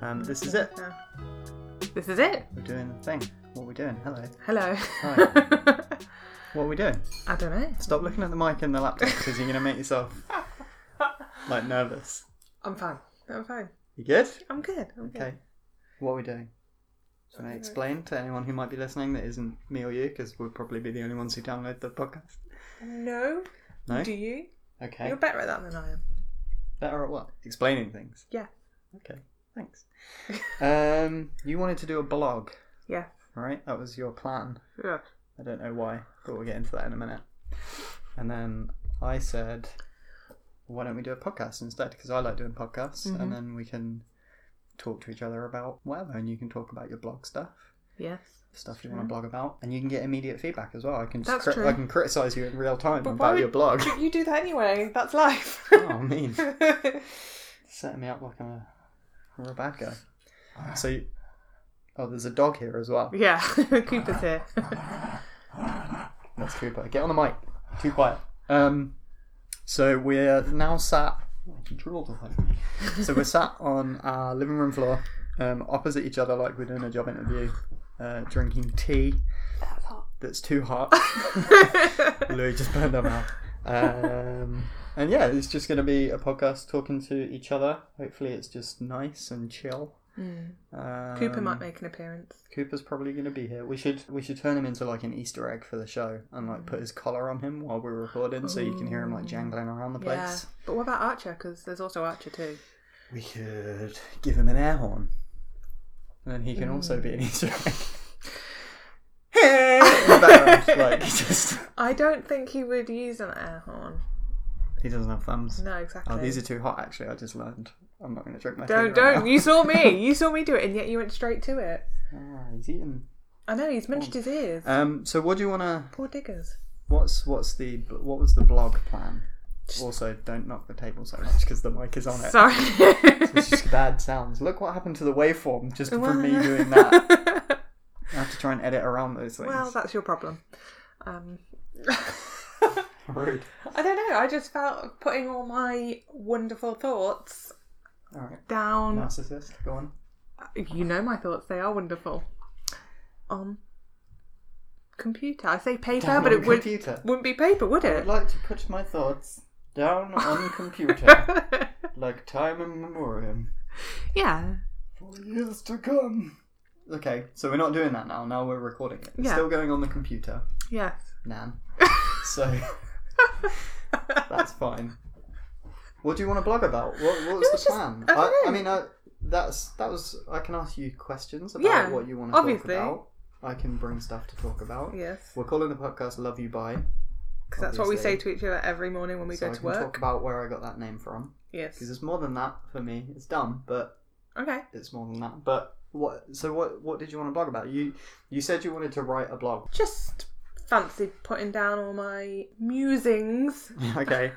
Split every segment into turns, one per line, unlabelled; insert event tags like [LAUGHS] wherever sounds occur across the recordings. Um, this is it.
This is it.
We're doing the thing. What are we doing? Hello.
Hello.
Hi. What are we doing?
[LAUGHS] I don't know.
[LAUGHS] Stop looking at the mic and the laptop because you're going to make yourself like nervous.
I'm fine. I'm fine.
You good?
I'm good. I'm
Okay. What are we doing? Can I explain to anyone who might be listening that isn't me or you because we'll probably be the only ones who download the podcast?
good. No.
No?
Do you?
Okay.
You're better at that than I am.
Better at what? Explaining things.
Yeah.
Okay.
[LAUGHS]
Thanks. [LAUGHS] um, you wanted to do a blog,
Yeah.
right? That was your plan.
Yeah.
I don't know why, but we'll get into that in a minute. And then I said, why don't we do a podcast instead? Because I like doing podcasts,
Mhm.
and then we can talk to each other about whatever, and you can talk about your blog stuff,
Yes.
stuff you
Sure.
want to blog about, and you can get immediate feedback as well. I can just
That's
cri-
true.
I can criticize you in real time
But why
about your
would- [LAUGHS]
blog.
But you do that anyway. That's life. [LAUGHS]
oh, mean, setting me up like I'm a, I'm a bad guy. So, you- oh, there's a dog here as well.
yeah. [LAUGHS] Cooper's here.
That's Cooper. Get on the mic. Too quiet. Um, so we're now sat. I can draw the thing. so we're sat on our living room floor, um, opposite each other, like we're doing a job interview, uh, drinking tea that's too
[LAUGHS]
hot. Louis just burned our mouth. Um, and yeah, it's just going to be a podcast talking to each other. Hopefully, it's just nice and chill.
Mm.
Um,
[LAUGHS] Cooper might make an appearance.
Cooper's probably going to be here. We should we should turn him into like an Easter egg for the show and like
Mm.
put his collar on him while we're recording, so you can hear him like jangling around the
Yeah.
place.
But what about Archer? Because there's also Archer too.
We could give him an air horn, and then he can also
Mm.
be an Easter egg. [LAUGHS] Hey, in the
[LAUGHS]
background, like he just
I don't think he would use an air horn.
he doesn't have thumbs.
No, exactly.
Oh, these are too hot. Actually, I just learned. I'm not going to drink my. tea [LAUGHS]
don't
right
don't.
now.
You saw me. You saw me do it, and yet you went straight to it.
Ah, he's eating.
I know
Oh.
he's munched his ears.
Um. So, what do you want to?
Poor diggers.
What's what's the what was the blog plan? Also, don't knock the table so much because the mic is on it. [LAUGHS]
Sorry.
It's just bad sounds. Look what happened to the waveform just from me
[LAUGHS]
doing that. I have to try and edit around those things.
well, that's your problem. Um,
rude.
[LAUGHS] I don't know. I just felt putting all my wonderful thoughts
All right,
down.
narcissist. Go on.
You know my thoughts. They are wonderful. On computer. I say paper,
Down
but
on
it would,
computer.
wouldn't be paper, would
I'd [LAUGHS]
it?
like to put my thoughts down
[LAUGHS]
on computer, like time and memoriam,
yeah.
for years to come. Okay, so we're not doing that now. Now we're recording it. It's
Yeah.
Still going on the computer,
Yes. [LAUGHS]
Nan. so that's fine. What do you want to blog about? What, what was
was
the
just-
plan?
I
I
don't know.
mean, I, that's that was. I can ask you questions about
Yeah,
what you want to
obviously.
talk about. I can bring stuff to talk about.
Yes.
We're calling the podcast "Love You Bye"
Because that's what we
obviously.
say to each other every morning when we
so
go
I
to
can
work.
talk about where I got that name from.
yes.
Because it's more than that for me. It's dumb, but
Okay.
it's more than that. But what? So what? What did you want to blog about? You you said you wanted to write a blog. [LAUGHS]
Just fancied putting down all my musings. [LAUGHS]
okay.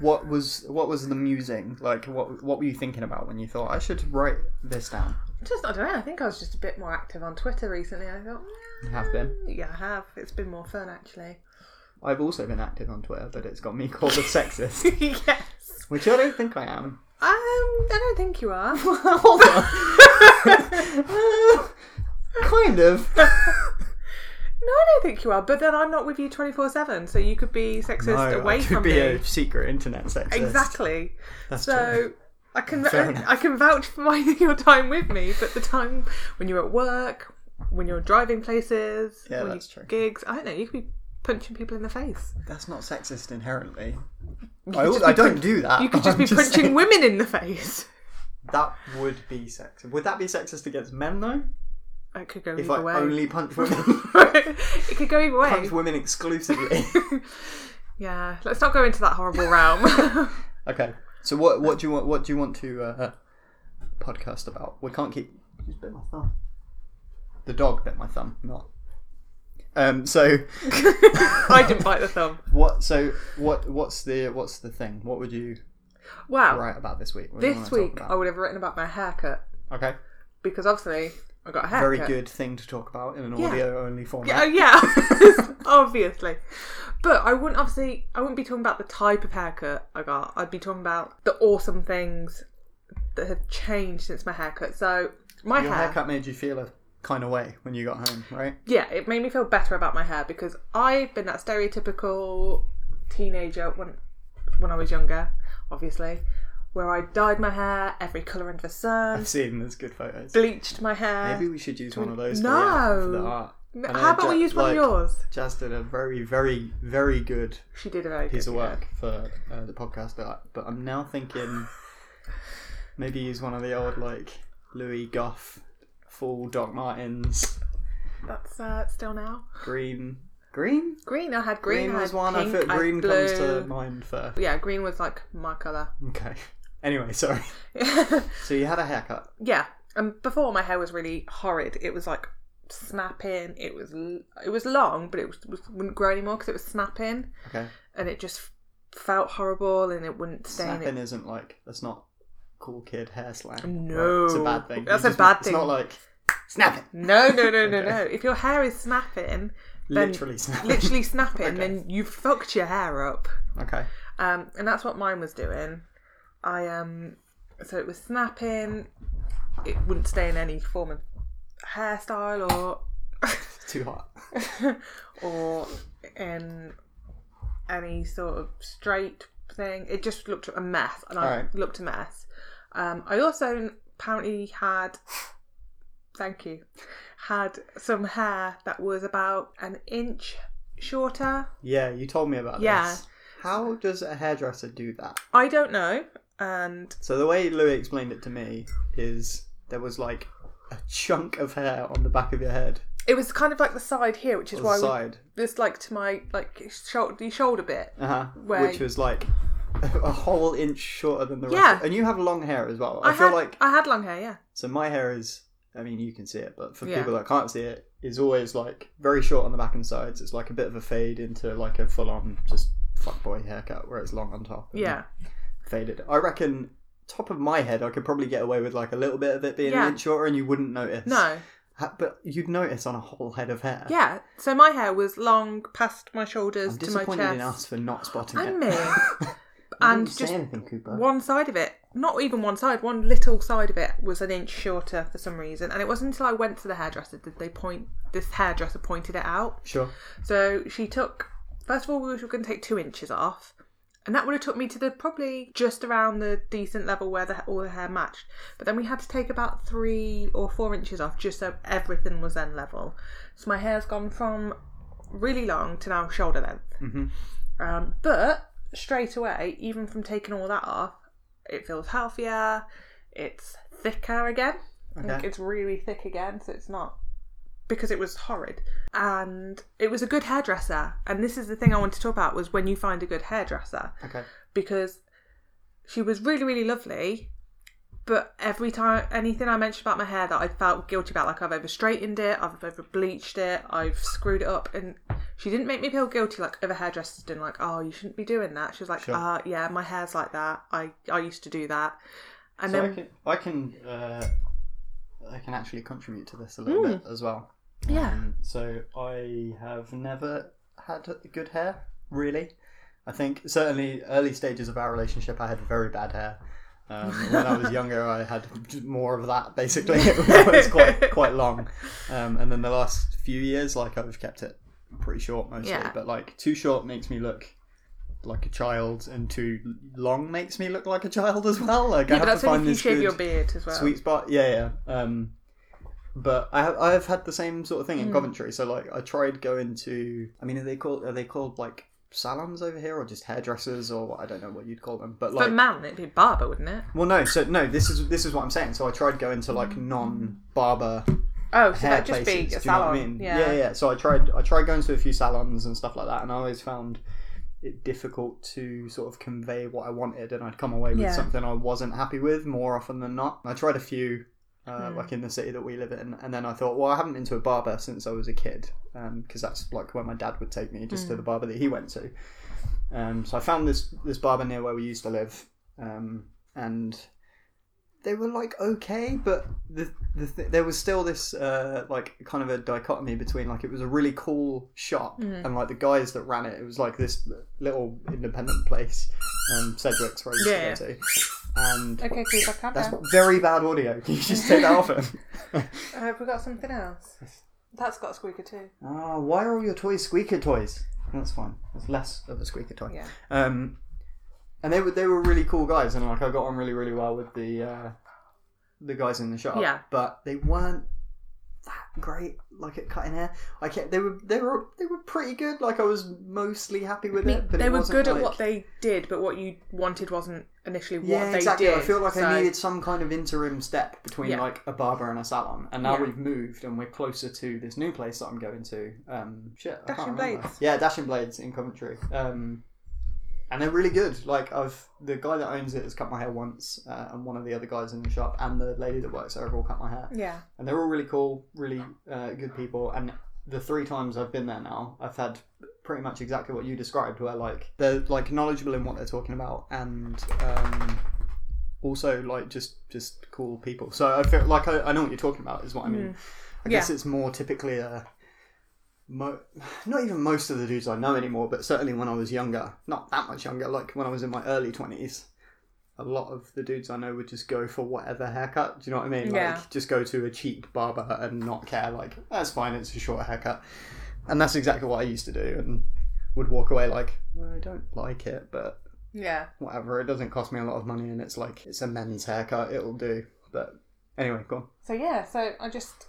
What was what was the musing like? What what were you thinking about when you thought I should write this down?
Just I don't know. I think I was just a bit more active on Twitter recently. I thought,
You have been.
"Mm, yeah, I have. It's been more fun actually. [LAUGHS]
I've also been active on Twitter, but it's got me [LAUGHS] called a sexist,
yes.
which I don't think I am. [LAUGHS]
Um, I don't think you are.
Hold on. kind of.
[LAUGHS] No, I don't think you are. But then I'm not with you 24 7, so you could be sexist away
I could
from
be
me.
a secret internet sexist.
Exactly.
That's
so
true.
I can [LAUGHS]
Fair enough.
I can vouch for my, [LAUGHS] your time with me, but the time when you're at work, when you're driving places,
Yeah,
when
that's
you
true.
gigs, I don't know. You could be punching people in the face.
That's not sexist inherently. I,
You could
al-
just
I
be
don't
punch-
do that.
You could
[LAUGHS]
just
Uh, I'm
be punching
saying-
women in the face.
That would be sexist. Would that be sexist against men though?
It could go
If
either
I
way.
only punch women,
[LAUGHS] it could go either way.
punch women exclusively. [LAUGHS]
Yeah, let's not go into that horrible realm. [LAUGHS]
okay. So what what do you want what do you want to uh, podcast about? We can't keep. Just bit my thumb. The dog bit my thumb, not. Um. So
I didn't bite the thumb.
what? So what? What's the what's the thing? What would you
Wow.
write about this week? What do you
This
wanna talk
week I
about?
would have written about my haircut
Okay.
because obviously I got a haircut.
Very good thing to talk about in an
Yeah.
audio only format. [LAUGHS]
Oh yeah, obviously. But I wouldn't obviously I wouldn't be talking about the type of haircut I got. I'd be talking about the awesome things that have changed since my haircut. So my
Your
hair,
haircut made you feel a kind of way when you got home, right?
yeah, it made me feel better about my hair because I've been that stereotypical teenager when when I was younger, obviously, where I dyed my hair every colour under the sun,
I've seen those good photos.
bleached my hair.
Maybe we should use one of those for, the,
No.
art- for the art.
No,
I know
How about we
Ja-
use one of
like,
yours?
Jazz did a very, very, very good
She did a very
piece
good
of
job.
work for uh, the podcast art, but I'm now
[LAUGHS]
thinking maybe use one of the old like Louis Goff, full Doc Martens,
That's uh, still now
green, green,
green. I had green.
green
I
was
had
one. I
pink,
thought
had
green
blue.
comes to mind first.
Yeah, green was like my colour. [LAUGHS]
Okay. Anyway, sorry. So you had a haircut.
yeah and before my hair was really horrid it was like snapping it was l- it was long but it was, was wouldn't grow anymore because it was snapping
Okay.
and it just felt horrible and it wouldn't stay in
Snapping
it
isn't like that's not cool kid hair slang. right?
No.
it's a bad thing.
That's
You
a bad
It's not
thing.
like snapping.
no no no
[LAUGHS]
no
Okay.
no if your hair is snapping then
Literally snapping. [LAUGHS]
literally snapping
Okay.
then you've fucked your hair up
Okay.
um and that's what mine was doing i um so it was snapping it wouldn't stay in any form of hairstyle or [LAUGHS]
It's too hot.
or in any sort of straight thing. It just looked a mess, and I
Alright.
looked a mess. Um, I also apparently had, thank you, had some hair that was about an inch shorter.
Yeah, you told me about
Yeah.
this. How does a hairdresser do that?
I don't know, and
So the way Louis explained it to me is there was like a chunk of hair on the back of your head
it was kind of like the side here, which is
on Oh, the
why we,
side,
this like to my like shoulder, the shoulder bit.
uh-huh,
Where-
which was like [LAUGHS] a whole inch shorter than the rest.
Yeah.
And you have long hair as well. I,
I,
feel
had
like
I had long hair, yeah.
so my hair is. I mean, you can see it, but for
Yeah.
people that can't see it, is always like very short on the back and sides. It's like a bit of a fade into like a full-on just fuckboy haircut where it's long on top. and
Yeah,
faded. I reckon top of my head, I could probably get away with like a little bit of it being
Yeah.
an inch shorter, and you wouldn't notice.
no,
Ha- but you'd notice on a whole head of hair.
yeah. So my hair was long past my shoulders
I'm
to my
disappointed
chest.
in us for not spotting
and
[LAUGHS] it.
me.
didn't
and
say
just
anything, Cooper.
one side of it, not even one side, one little side of it was an inch shorter for some reason. And it wasn't until I went to the hairdresser did they point, this hairdresser pointed it out.
Sure.
So she took, first of all, we were going to take two inches off. And that would have took me to the probably just around the decent level where the, all the hair matched. But then we had to take about three or four inches off just so everything was then level. So my hair's gone from really long to now shoulder length. Um, but straight away, even from taking all that off, it feels healthier. It's thicker again. Like,
Okay.
it's really thick again, so it's not because it was horrid. And it was a good hairdresser. And this is the thing I want to talk about was when you find a good hairdresser
Okay.
because she was really really lovely. But every time anything I mentioned about my hair that I felt guilty about, like I've over straightened it, I've over bleached it, I've screwed it up, and she didn't make me feel guilty like other hairdressers did, like oh you shouldn't be doing that. She was like,
Sure.
uh, yeah, my hair's like that. I I used to do that, and
So I
then
can, I can, uh, I can actually contribute to this a
Hmm.
little bit as well.
yeah,
Um, so I have never had good hair, really. I think certainly early stages of our relationship, I had very bad hair. Um, when
[LAUGHS]
I was younger, I had more of that. Basically, [LAUGHS] it was quite quite long. Um, and then the last few years, like I've kept it pretty short mostly.
Yeah.
But like too short makes me look like a child, and too long makes me look like a child as well. Like I
yeah
have
but that's
to find
only if
this
you shave
good
your beard as well.
sweet spot. Yeah, yeah. Um, but I have I have had the same sort of thing in Coventry. So like I tried going to. I mean, are they called are they called like salons over here or just hairdressers or what? I don't know what you'd call them. But like,
But man, it'd be barber, wouldn't it?
well, no. So no, this is this is what I'm saying. So I tried going to like non barber
Oh, so
hair
that'd just
places.
be a
do you know what
salon.
I mean?
Yeah.
yeah, So I tried I tried going to a few salons and stuff like that, and I always found it difficult to sort of convey what I wanted, and I'd come away with
Yeah.
something I wasn't happy with more often than not. I tried a few. Uh,
Hmm.
Like in the city that we live in, and then I thought, well, I haven't been to a barber since I was a kid, because that's like where my dad would take me, just
Hmm.
to the barber that he went to. Um, so I found this this barber near where we used to live, um, and they were like okay, but the, the th- there was still this uh, like kind of a dichotomy between like it was a really cool shop
Mm-hmm.
and like the guys that ran it. It was like this little independent place, um, Sedgwick's where I used
Yeah.
to go to, and
Okay, please, I can't
that's
now.
very bad audio. [LAUGHS] Can you just take that off
[LAUGHS]
him?
I hope we got something else. That's got a squeaker too.
Ah, why are all your toys squeaker toys? That's fine. It's less of a squeaker toy.
Yeah.
Um, and they were they were really cool guys, and like I got on really really well with the uh, the guys in the shop.
Yeah.
But they weren't that great. Like at cutting hair, I kept, they were they were they were pretty good. Like I was mostly happy with it. But
they
it
were
wasn't
good at
like-
what they did, but what you wanted wasn't initially what
yeah,
they
exactly.
did.
I feel like
so-
I needed some kind of interim step between
Yeah.
like a barber and a salon, and now
Yeah.
we've moved and we're closer to this new place that I'm going to. Um, shit, I
Dashing
can't remember.
Blades.
Yeah, Dashing Blades in Coventry. Um, and they're really good. Like I've the guy that owns it has cut my hair once, uh, and one of the other guys in the shop, and the lady that works there have all cut my hair,
Yeah.
and they're all really cool, really uh, good people. And the three times I've been there now, I've had pretty much exactly what you described, where like they're like knowledgeable in what they're talking about, and um, also like just just cool people. So I feel like I, I know what you're talking about is what I mean. I guess it's more typically a. Mo- not even most of the dudes I know anymore, but certainly when I was younger, not that much younger, like when I was in my early twenties, a lot of the dudes I know would just go for whatever haircut. Do you know what I mean?
Yeah.
Like just go to a cheap barber and not care. Like that's fine, it's a short haircut, and that's exactly what I used to do, and would walk away like "Well, I don't like it, but
Yeah.
whatever. It doesn't cost me a lot of money, and it's like it's a men's haircut. It'll do. But anyway, go on.
So yeah, so I just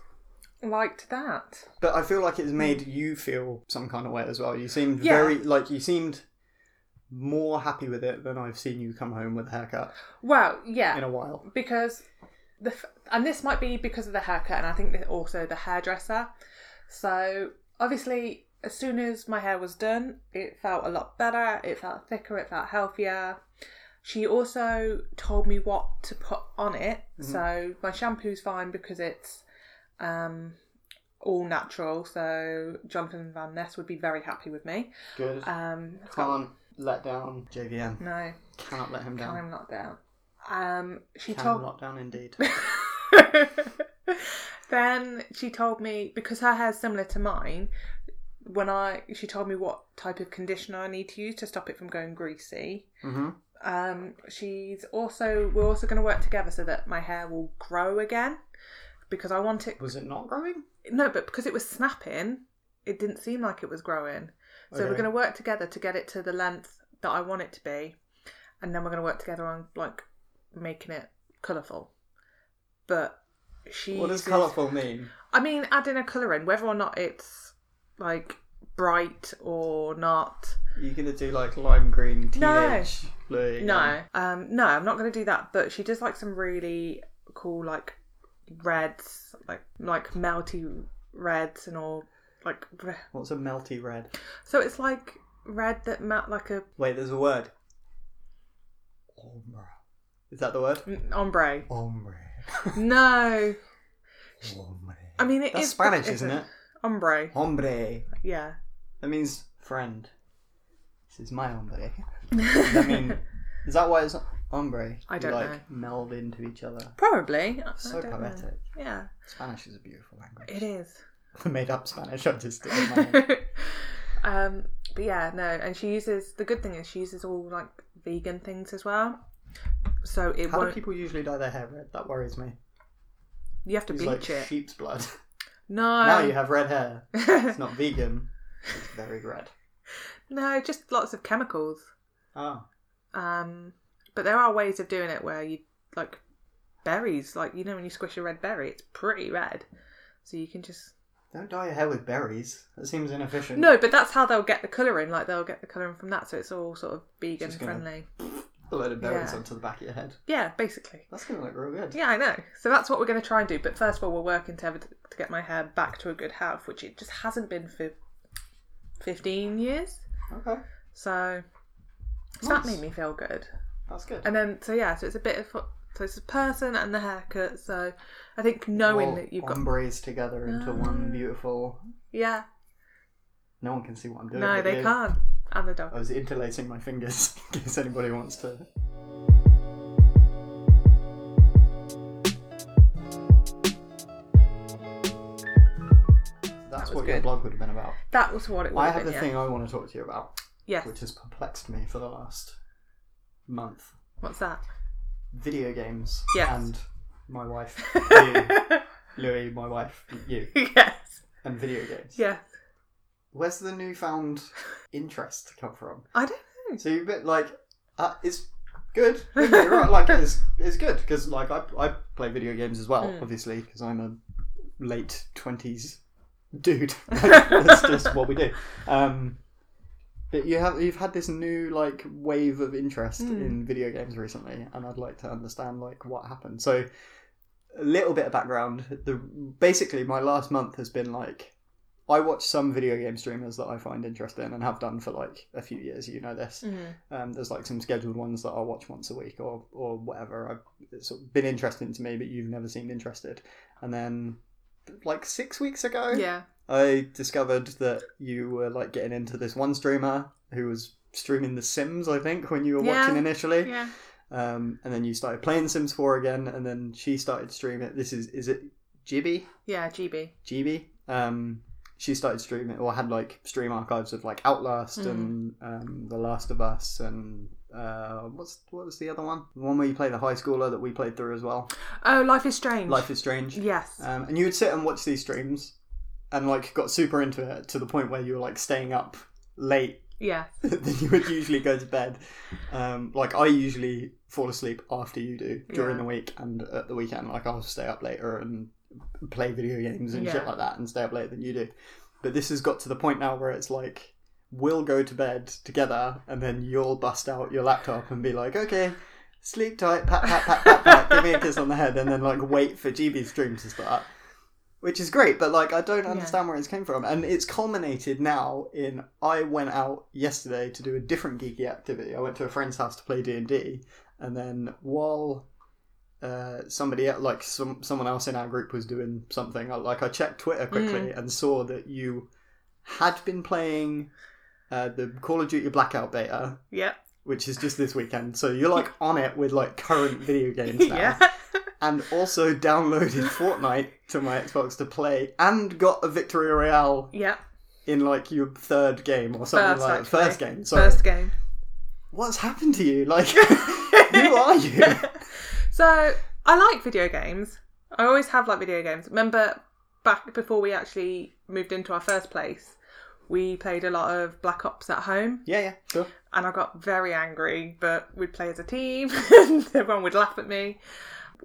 liked that.
But I feel like it's made you feel some kind of way as well. You seemed
Hmm. Yeah.
very like you seemed more happy with it than I've seen you come home with a haircut
Well, yeah,
in a while.
because the f- and this might be because of the haircut, and I think that also the hairdresser. So obviously, as soon as my hair was done, it felt a lot better. It felt thicker. It felt healthier. She also told me what to put on it.
Mm-hmm.
So my shampoo's fine because it's um, all natural. So Jonathan Van Ness would be very happy with me.
Good.
Um, it's got-
Can't let down JVM.
no,
Cannot let him down.
I'm not down. Um, she
Can
told
not down
[LAUGHS]
indeed.
then she told me because her hair's similar to mine. When I she told me what type of conditioner I need to use to stop it from going greasy.
mm-hmm.
Um, she's also we're also going to work together so that my hair will grow again because I want it.
Was it not growing?
No, but because it was snapping, it didn't seem like it was growing. So we're
Okay.
going to work together to get it to the length that I want it to be, and then we're going to work together on like making it colourful. But she
What does
uses-
colourful mean?
I mean, adding a colour in, whether or not it's like bright or not.
You're gonna do like lime green
No.
teenage blue
No, um, no, I'm not going to do that. But she does like some really cool, like reds, like like melty reds and all, like. re-
What's a melty red?
So it's like red that melt like a
Wait, there's a word. Ombre. Is that the word?
mm, ombre.
Ombre.
No,
Ombre.
I mean it is
That's Spanish, isn't it?
Ombre.
Hombre.
Yeah.
That means friend. This is my hombre. I mean, is that why it's hombre?
I don't
You, like, Meld into each other.
[LAUGHS] Probably. I- I
So
don't know.
poetic.
Yeah,
Spanish is a beautiful language.
it is.
I [LAUGHS] made up Spanish. I
[LAUGHS]
just did it in Oh my head.
um, but yeah, no, and she uses the good thing is she uses all like vegan things as well. So it
How do
won't.
people usually dye their hair red? That worries me.
you have to
It's like
bleach it. Um,
sheep's blood. [LAUGHS] now you
no,
have red hair. It's not vegan. It's very red.
[LAUGHS] no, just lots of chemicals.
Oh.
Um, but there are ways of doing it where you like berries, like you know when you squish a red berry, it's pretty red. So you can just
Don't dye your hair with berries. That seems inefficient.
no, but that's how they'll get the colouring. Like they'll get the colouring from that, so it's all sort of vegan
Just gonna-
friendly.
A load of berries
Yeah.
onto the back of your head.
Yeah, basically.
That's going to look real good.
Yeah, I know. So that's what we're going to try and do. But first of all, we're working to, have, to get my hair back to a good health, which it just hasn't been for 15 years.
Okay.
So so that
Nice.
made me feel good.
That's good.
And then, so yeah, so it's a bit of so it's a person and the haircut. So I think knowing
All
that you've got
ombres together into one beautiful.
yeah,
No one can see what I'm doing.
no,
but
they
you-
can't. And the dog.
I was interlacing my fingers [LAUGHS] in case anybody wants to. That's
was
what your
good.
blog would have been about.
That was what it was.
I have the thing I want to talk to you about,
Yes.
which has perplexed me for the last month. [LAUGHS]
What's that? [LAUGHS]
video games
Yes.
and my
[LAUGHS]
wife, you, Louis, my wife, you,
yes.
and video games.
Yes.
Where's the newfound interest come from?
I don't know.
So you're a bit like, uh, it's good. Don't get me wrong, like it's, it's good because like I, I play video games as well, obviously, obviously, because I'm a late twenties dude. [LAUGHS] Like, that's just what we do. Um, but you have you've had this new like wave of interest in video games recently, and I'd like to understand like what happened. So a little bit of background. The basically my last month has been like I watch some video game streamers that I find interesting and have done for like a few years. You know this. Um, there's like some scheduled ones that I watch once a week or or whatever. I've it's sort of been interesting to me, but you've never seemed interested. And then like six weeks ago,
Yeah.
I discovered that you were like getting into this one streamer who was streaming The Sims, I think, when you were
Yeah.
watching initially.
Yeah.
Um, and then you started playing Sims 4 again, and then she started streaming. This is is it Jibby?
Yeah. GB.
GB. Um, she started streaming or had like stream archives of like Outlast
Mm-hmm.
and um, The Last of Us and uh, what's what was the other one? The one where you play the high schooler that we played through as well.
Oh, Life is Strange.
Life is Strange.
Yes.
Um, and you would sit and watch these streams and like got super into it to the point where you were like staying up late [LAUGHS]
yeah.
then you would usually go to bed. Um, like I usually fall asleep after you do during
Yeah.
the week and at the weekend. Like I'll stay up later and play video games and shit
Yeah.
like that, and stay up later than you do. But this has got to the point now where it's like we'll go to bed together, and then you'll bust out your laptop and be like, okay. Sleep tight, pat, pat, pat, pat, pat, give me a kiss on the head, and then like wait for GB's stream to start which is great but like i don't understand where it's came from and it's culminated now in i went out yesterday to do a different geeky activity i went to a friend's house to play d&d and then while uh, somebody el- like some someone else in our group was doing something I, like i checked twitter quickly and saw that you had been playing uh, the call of duty blackout beta
Yeah.
which is just this weekend so you're like on it with like current video
[LAUGHS]
games now
Yeah.
and also downloaded Fortnite to my Xbox to play, and got a victory royale
Yeah.
in like your third game or something
First,
like that.
actually.
First game. Sorry.
First game.
What's happened to you?
[LAUGHS]
Like, who are you?
So I like video games. I always have liked video games. Remember back before we actually moved into our first place, we played a lot of Black Ops at home.
yeah, yeah, sure.
and I got very angry, but we'd play as a team [LAUGHS] and everyone would laugh at me.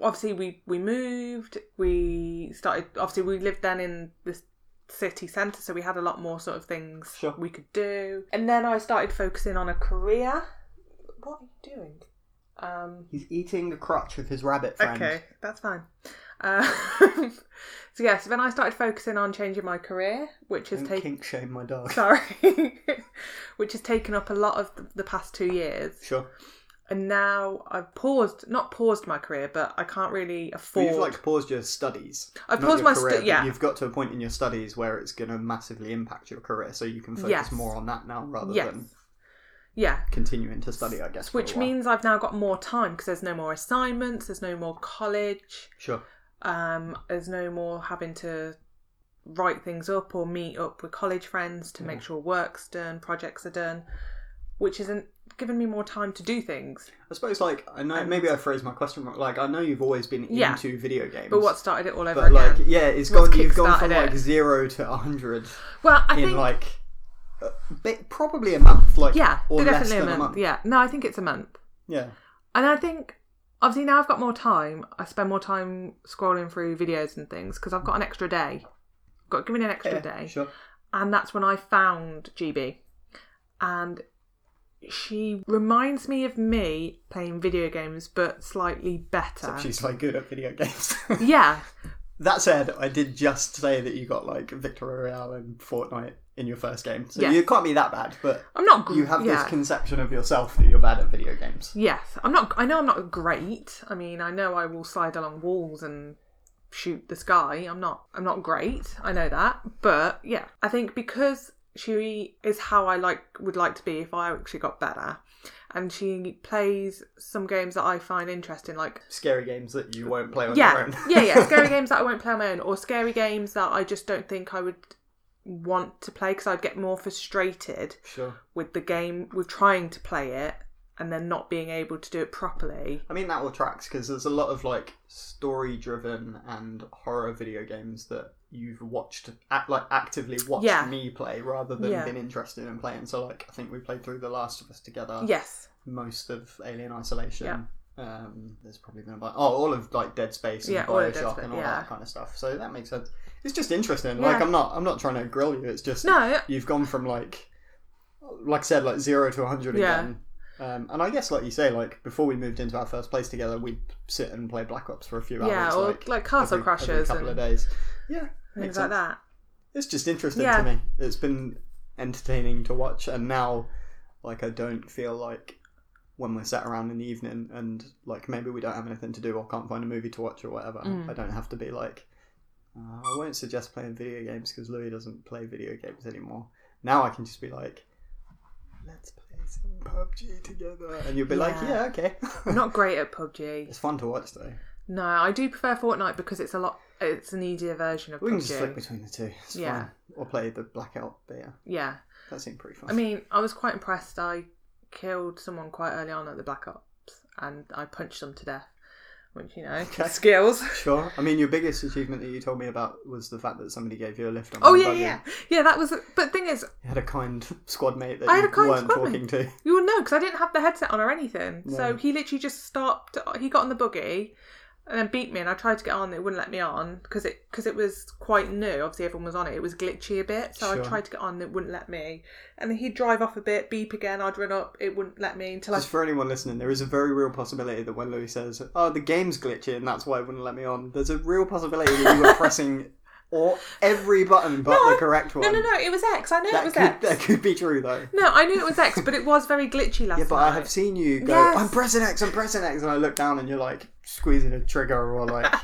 Obviously we we moved, we started obviously we lived then in the city centre, so we had a lot more sort of things
Sure.
we could do. And then I started focusing on a career. What are you doing? Um
He's eating the crotch of his rabbit friend.
Okay, that's fine. Um, [LAUGHS] so yeah, so then I started focusing on changing my career, which is
Don't
taking
kink shame my dog.
[LAUGHS] sorry, [LAUGHS] which has taken up a lot of the, the past two years
Sure.
and now I've paused, not paused my career, but I can't really
But
afford.
you've like paused your studies.
I
not
paused
your
my stu-
career, but
yeah.
You've got to a point in your studies where it's going to massively impact your career, so you can focus
Yes.
more on that now rather
Yes.
than
yeah,
continuing to study. I guess. for a
which
while.
means I've now got more time because there's no more assignments, there's no more college,
sure.
um, there's no more having to write things up or meet up with college friends to make sure work's done, projects are done, which isn't giving me more time to do things.
I suppose, like, I know maybe I phrased my question wrong. Like, I know you've always been
Yeah.
into video games,
But what started it all over
But
again?
like, yeah, it's
What's
gone. You've gone from
kickstarted
like
it?
zero to hundred
well, I
in
think
like, a bit, probably a month. Like,
yeah,
or less
definitely
than
a month. Yeah, no, I think it's a month.
yeah.
And I think, obviously, now I've got more time. I spend more time scrolling through videos and things because I've got an extra day. Got given an extra
Yeah,
day,
Sure.
and that's when I found GB, and she reminds me of me playing video games, but slightly better.
She's like good at video games. [LAUGHS]
yeah,
that said, I did just say that you got like Victoria Royale and Fortnite in your first game, so
Yes.
you can't be that bad. But
I'm not. Gr-
you have
yeah.
this conception of yourself that you're bad at video games.
Yes, I'm not. I know I'm not great. I mean, I know I will slide along walls and shoot the sky. I'm not. I'm not great. I know that. But yeah, I think because she is how I like would like to be if I actually got better, and she plays some games that I find interesting, like
Scary games that you won't play on your
yeah,
own.
yeah, yeah, scary games that I won't play on my own, or scary games that I just don't think I would want to play because I'd get more frustrated
[LAUGHS] sure.
with the game with trying to play it and then not being able to do it properly.
I mean, that all tracks because there's a lot of like story driven and horror video games that you've watched, act, like actively watched
Yeah.
me play rather than
Yeah.
been interested in playing. So, like, I think we played through The Last of Us together,
Yes.
most of Alien Isolation. Um, there's probably been about, oh, all of like Dead Space and
Yeah, all of Dead
Bioshock
Space,
and all
yeah.
that kind of stuff. So that makes sense. It's just interesting.
Yeah.
Like, I'm not, I'm not trying to grill you. It's just
No.
you've gone from like like I said, like zero to hundred
Yeah.
again. Um, and I guess, like you say, like before we moved into our first place together, we'd sit and play Black Ops for a few
Yeah,
hours,
or
like,
like, Castle
every, every
Crashers
couple of
and
days. Yeah,
things
makes
like
sense.
that.
It's just interesting
Yeah.
to me. It's been entertaining to watch, and now, like, I don't feel like when we're sat around in the evening and like maybe we don't have anything to do or can't find a movie to watch or whatever,
Mm.
I don't have to be like, uh, I won't suggest playing video games because Louis doesn't play video games anymore. Now I can just be like, let's play some PUBG together, and you'll be like,
Yeah.
yeah, okay.
I'm not great at
[LAUGHS]
PUBG.
it's [LAUGHS] fun to watch though.
No, I do prefer Fortnite because it's a lot. It's an easier version of
We can just flip
PUBG.
between the two. It's
Yeah.
fun. Or play the blackout. But yeah,
Yeah.
that seemed pretty fun.
I mean, I was quite impressed. I killed someone quite early on at the Black Ops, and I punched them to death, which you know,
Okay. [LAUGHS]
skills. [LAUGHS]
Sure. I mean, your biggest achievement that you told me about was the fact that somebody gave you a lift on.
Oh
the
yeah,
buggy.
yeah, yeah. That was. But thing is,
You had a kind [LAUGHS] squad mate that
I had
you
a kind
weren't
squad mate.
talking to.
[LAUGHS] you will know because I didn't have the headset on or anything. So
No.
he literally just stopped. He got on the buggy. And then beat me, and I tried to get on. It wouldn't let me on because it because it was quite new. Obviously, everyone was on it. It was glitchy a bit, so I
Sure.
tried to get on. and It wouldn't let me. And then he'd drive off a bit, beep again. I'd run up. It wouldn't let me until I
Just for anyone listening, there is a very real possibility that when Louis says, "Oh, the game's glitchy and that's why it wouldn't let me on," there's a real possibility that
[LAUGHS]
you were pressing or every button but
No,
the correct one.
No, no, no. It was X. I know
That
it was
could
X.
that could be true though.
No, I knew it was X, but it was very glitchy last
Yeah, but
night. [LAUGHS]
I have seen you go.
Yes.
I'm pressing X. I'm pressing X, and I look down and you're like squeezing a trigger or
[LAUGHS]
like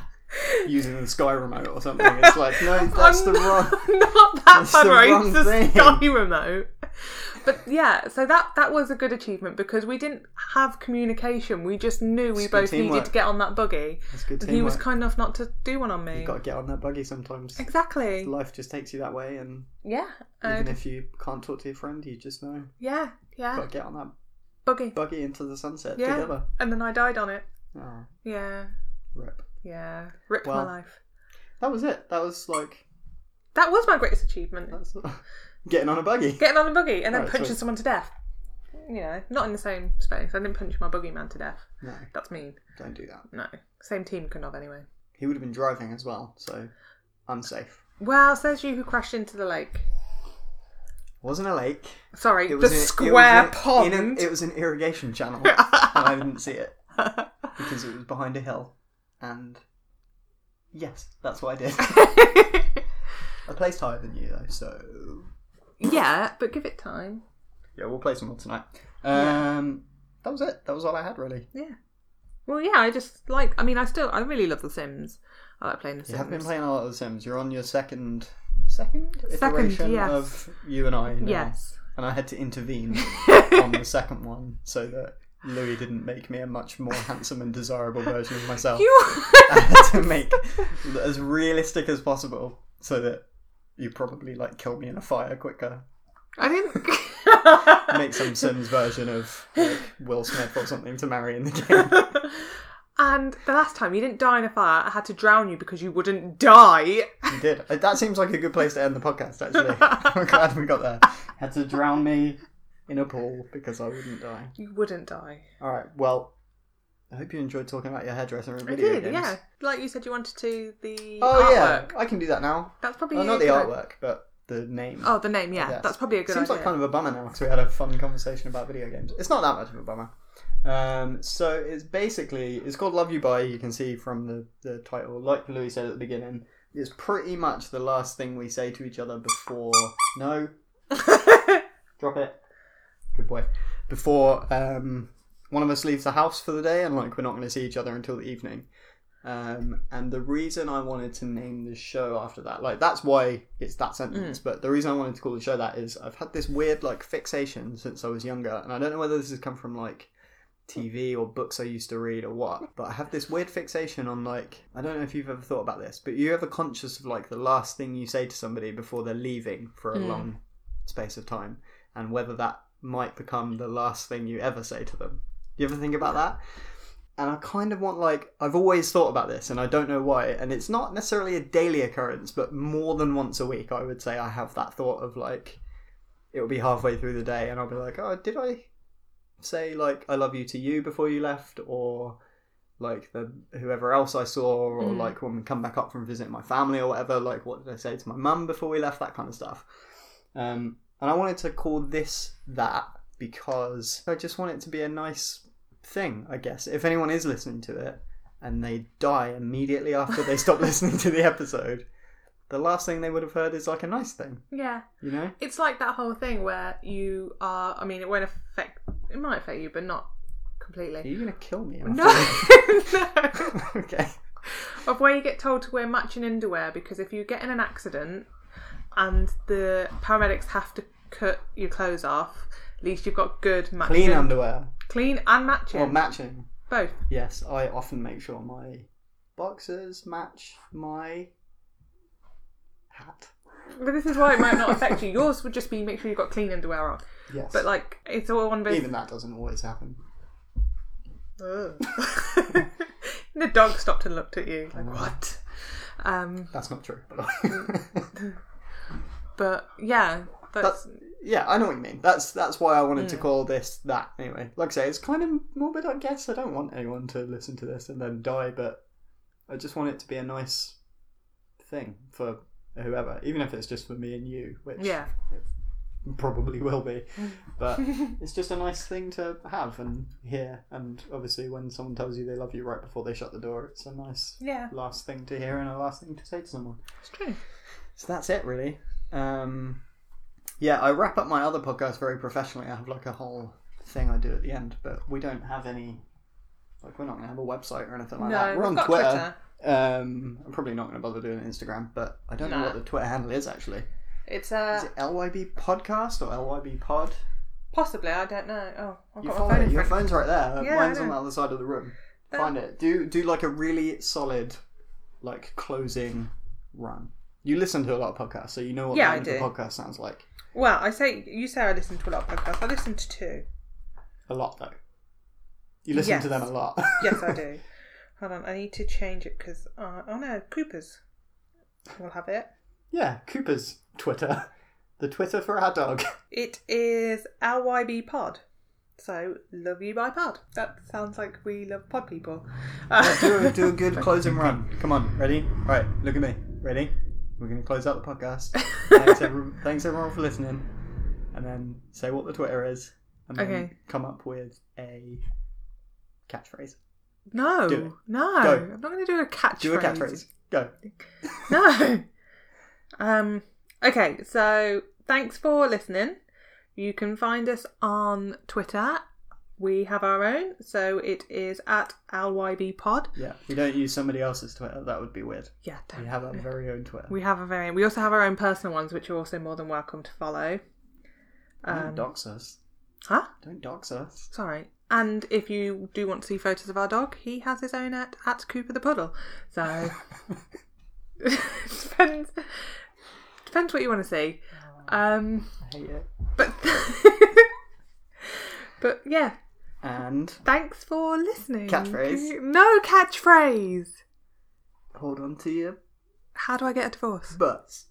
using the sky remote or something. It's like no, that's
I'm
the wrong.
Not that
That's the
fun, right?
wrong
It's the
thing.
Sky remote. But yeah, so that that was a good achievement because we didn't have communication. We just knew we
It's good
both needed
teamwork.
to get on that buggy.
That's good
And he was
teamwork.
kind enough not to do one on me.
You've got to get on that buggy sometimes.
Exactly.
Life just takes you that way, and
Yeah.
even
Uh,
if you can't talk to your friend, you just know.
yeah. Yeah.
Got to get on that
Buggy.
buggy into the sunset
Ah. Yeah.
together.
And then I died on it.
Oh,
Yeah.
rip.
Yeah. Ripped
Well.
my life.
That was it. That was like
That was my greatest achievement.
that's [LAUGHS] getting on a buggy.
getting on a buggy and then
Right,
punching
uh, so-
someone to death. You know, not in the same space. I didn't punch my buggy man to death.
No,
That's mean.
don't do that.
No. Same team could have anyway.
He would have been driving as well, so unsafe.
Well, says you who crashed into the lake.
Wasn't a lake.
Sorry,
It
the
was an- it was
square
an-
pond.
in a- [LAUGHS] it was an irrigation
[LAUGHS]
channel, and I didn't see it because it was behind a hill. And yes, that's what I
[LAUGHS]
did. I placed higher than you though, so
yeah, but give it time.
Yeah, we'll play some more tonight. Um, that was it. That was all I had really.
Yeah. Well, yeah, I just like. I mean, I still. I really love The Sims. I like playing The
You
Sims.
have been playing a lot of The Sims. You're on your second, second
Second,
iteration
yes.
of you and I. Now.
Yes.
And I had to
[LAUGHS]
intervene on the second one so that Louis didn't make me a much more handsome and desirable version of myself. [LAUGHS]
You. [LAUGHS]
I had to make [LAUGHS] it as realistic as possible so that you probably like kill me in a fire quicker. [LAUGHS]
I didn't.
Make some
[LAUGHS]
Sims version of like, Will Smith or something to marry in the game.
and the last time you didn't die in a fire, I had to drown you because you wouldn't die.
You did. Uh, That seems like a good place to end the podcast, actually.
[LAUGHS]
I'm glad we got there. Had to drown me in a pool because I wouldn't die.
You wouldn't die.
All right, well, I hope you enjoyed talking about your hairdresser and
I
video
did,
games.
yeah. Like you said, you wanted to the
Oh,
artwork.
yeah. I can do that now.
That's probably
Well,
a
not the
good idea.
artwork, but the name.
Oh, the name. Yeah,
Yes.
that's probably a good
Seems
idea.
like
[LAUGHS]
kind of a bummer now because we had a fun conversation about video games. It's not that much of a bummer. Um, so it's basically it's called Love You By. You can see from the the title, like Louis said at the beginning, it's pretty much the last thing we say to each other before no, drop it, good boy. Before um, one of us leaves the house for the day, and like we're not going to see each other until the evening. Um, and the reason I wanted to name the show after that, like that's why it's that sentence, but the reason I wanted to call the show that is I've had this weird like fixation since I was younger, and I don't know whether this has come from like TV or books I used to read or what, but I have this weird fixation on like I don't know if you've ever thought about this, but you're ever conscious of like the last thing you say to somebody before they're leaving for a
Mm.
long space of time, and whether that might become the last thing you ever say to them. You ever think about that? And I kind of want like I've always thought about this, and I don't know why. And it's not necessarily a daily occurrence, but more than once a week, I would say I have that thought of like it'll be halfway through the day, and I'll be like, oh, did I say like I love you to you before you left, or like the whoever else I saw, or
Mm.
like when we come back up from visiting my family or whatever, like what did I say to my mum before we left, that kind of stuff. Um, and I wanted to call this that because I just want it to be a nice thing, I guess. If anyone is listening to it and they die immediately after they
[LAUGHS]
stop listening to the episode, the last thing they would have heard is like a nice thing,
Yeah.
you know?
It's like that whole thing where you are. I mean, it won't affect. It might affect you, but not
Are
completely.
you going to kill me?
No.
after
[LAUGHS] no. [LAUGHS]
this? [LAUGHS] okay.
Of where you get told to wear matching underwear because if you get in an accident and the paramedics have to cut your clothes off, at least you've got good matching.
Clean underwear
Clean and matching.
or matching.
Both.
Yes, I often make sure my boxers match my hat.
But this is why it might not affect you. Yours would just be make sure you've got clean underwear on.
Yes.
But like, it's all on those.
even that doesn't always happen.
Ugh. [LAUGHS] the dog stopped and looked at you like what? Um,
That's not
[LAUGHS]
true. by the
Mm.
way.
but yeah, that's,
That's- yeah, I know what you mean. That's that's why I wanted
Hmm.
to call this that. Anyway, like I say, it's kind of morbid, I guess. I don't want anyone to listen to this and then die, but I just want it to be a nice thing for whoever, even if it's just for me and you, which
yeah,
probably will
[LAUGHS]
be. But it's just a nice thing to have and hear. And obviously, when someone tells you they love you right before they shut the door, it's a nice
yeah,
last thing to hear and a last thing to say to someone.
it's true.
So that's it, really. Um, yeah, I wrap up my other podcast very professionally. I have like a whole thing I do at the end, but we don't have any. Like, we're not going to have a website or anything like
No,
that. We're
we've
on
got
Twitter.
Twitter.
Um, I'm probably not going to bother doing Instagram, but I don't know
Nah.
what the Twitter handle is actually.
It's uh,
Is it LYB Podcast or LYB Pod?
possibly I don't know. Oh, I've
Your,
got
phone,
my phone in
your
front.
phone's right there.
Yeah,
Mine's
I
on
know. Uh,
the other side of the room.
There.
Find it. Do do like a really solid, like closing run. You listen to a lot of podcasts, so you know what
Yeah,
the
I
end of
do.
the podcast sounds like.
Well, I say you say I listen to a lot of podcasts. I listen to two.
A lot though. You listen
Yes.
to them a lot. [LAUGHS]
Yes, I do. Hold on, I need to change it because uh, oh no, Cooper's will have it.
yeah, Cooper's Twitter, the Twitter for our dog.
It is LYB Pod. So, love you by pod. That sounds like we love pod people.
[LAUGHS]
Uh, [LAUGHS]
do, a, do a good closing run. Come on, ready? Right, look at me. Ready? We're gonna close out the podcast.
[LAUGHS]
thanks, every, thanks everyone for listening, and then say what the Twitter is, and then
Okay.
come up with a catchphrase.
no,
Do it.
no.
Go.
I'm not going to do a catchphrase.
Do a catchphrase. Go.
[LAUGHS] No. Um, okay, so thanks for listening. You can find us on Twitter. We have our own, so it is at LYB Pod.
Yeah, we don't use somebody else's Twitter. That would be weird.
Yeah,
We
don't.
have our very own Twitter.
We have a very. We also have our own personal ones, which you're also more than welcome to follow. Um,
don't dox us.
Huh?
Don't dox us.
Sorry. And if you do want to see photos of our dog, he has his own at, at Cooper the Puddle. So depends depends what you want to see. Um,
I hate it.
but [LAUGHS] but yeah,
And
thanks for listening.
Catchphrase.
No catchphrase.
hold on to your
How do I get a divorce?
butts.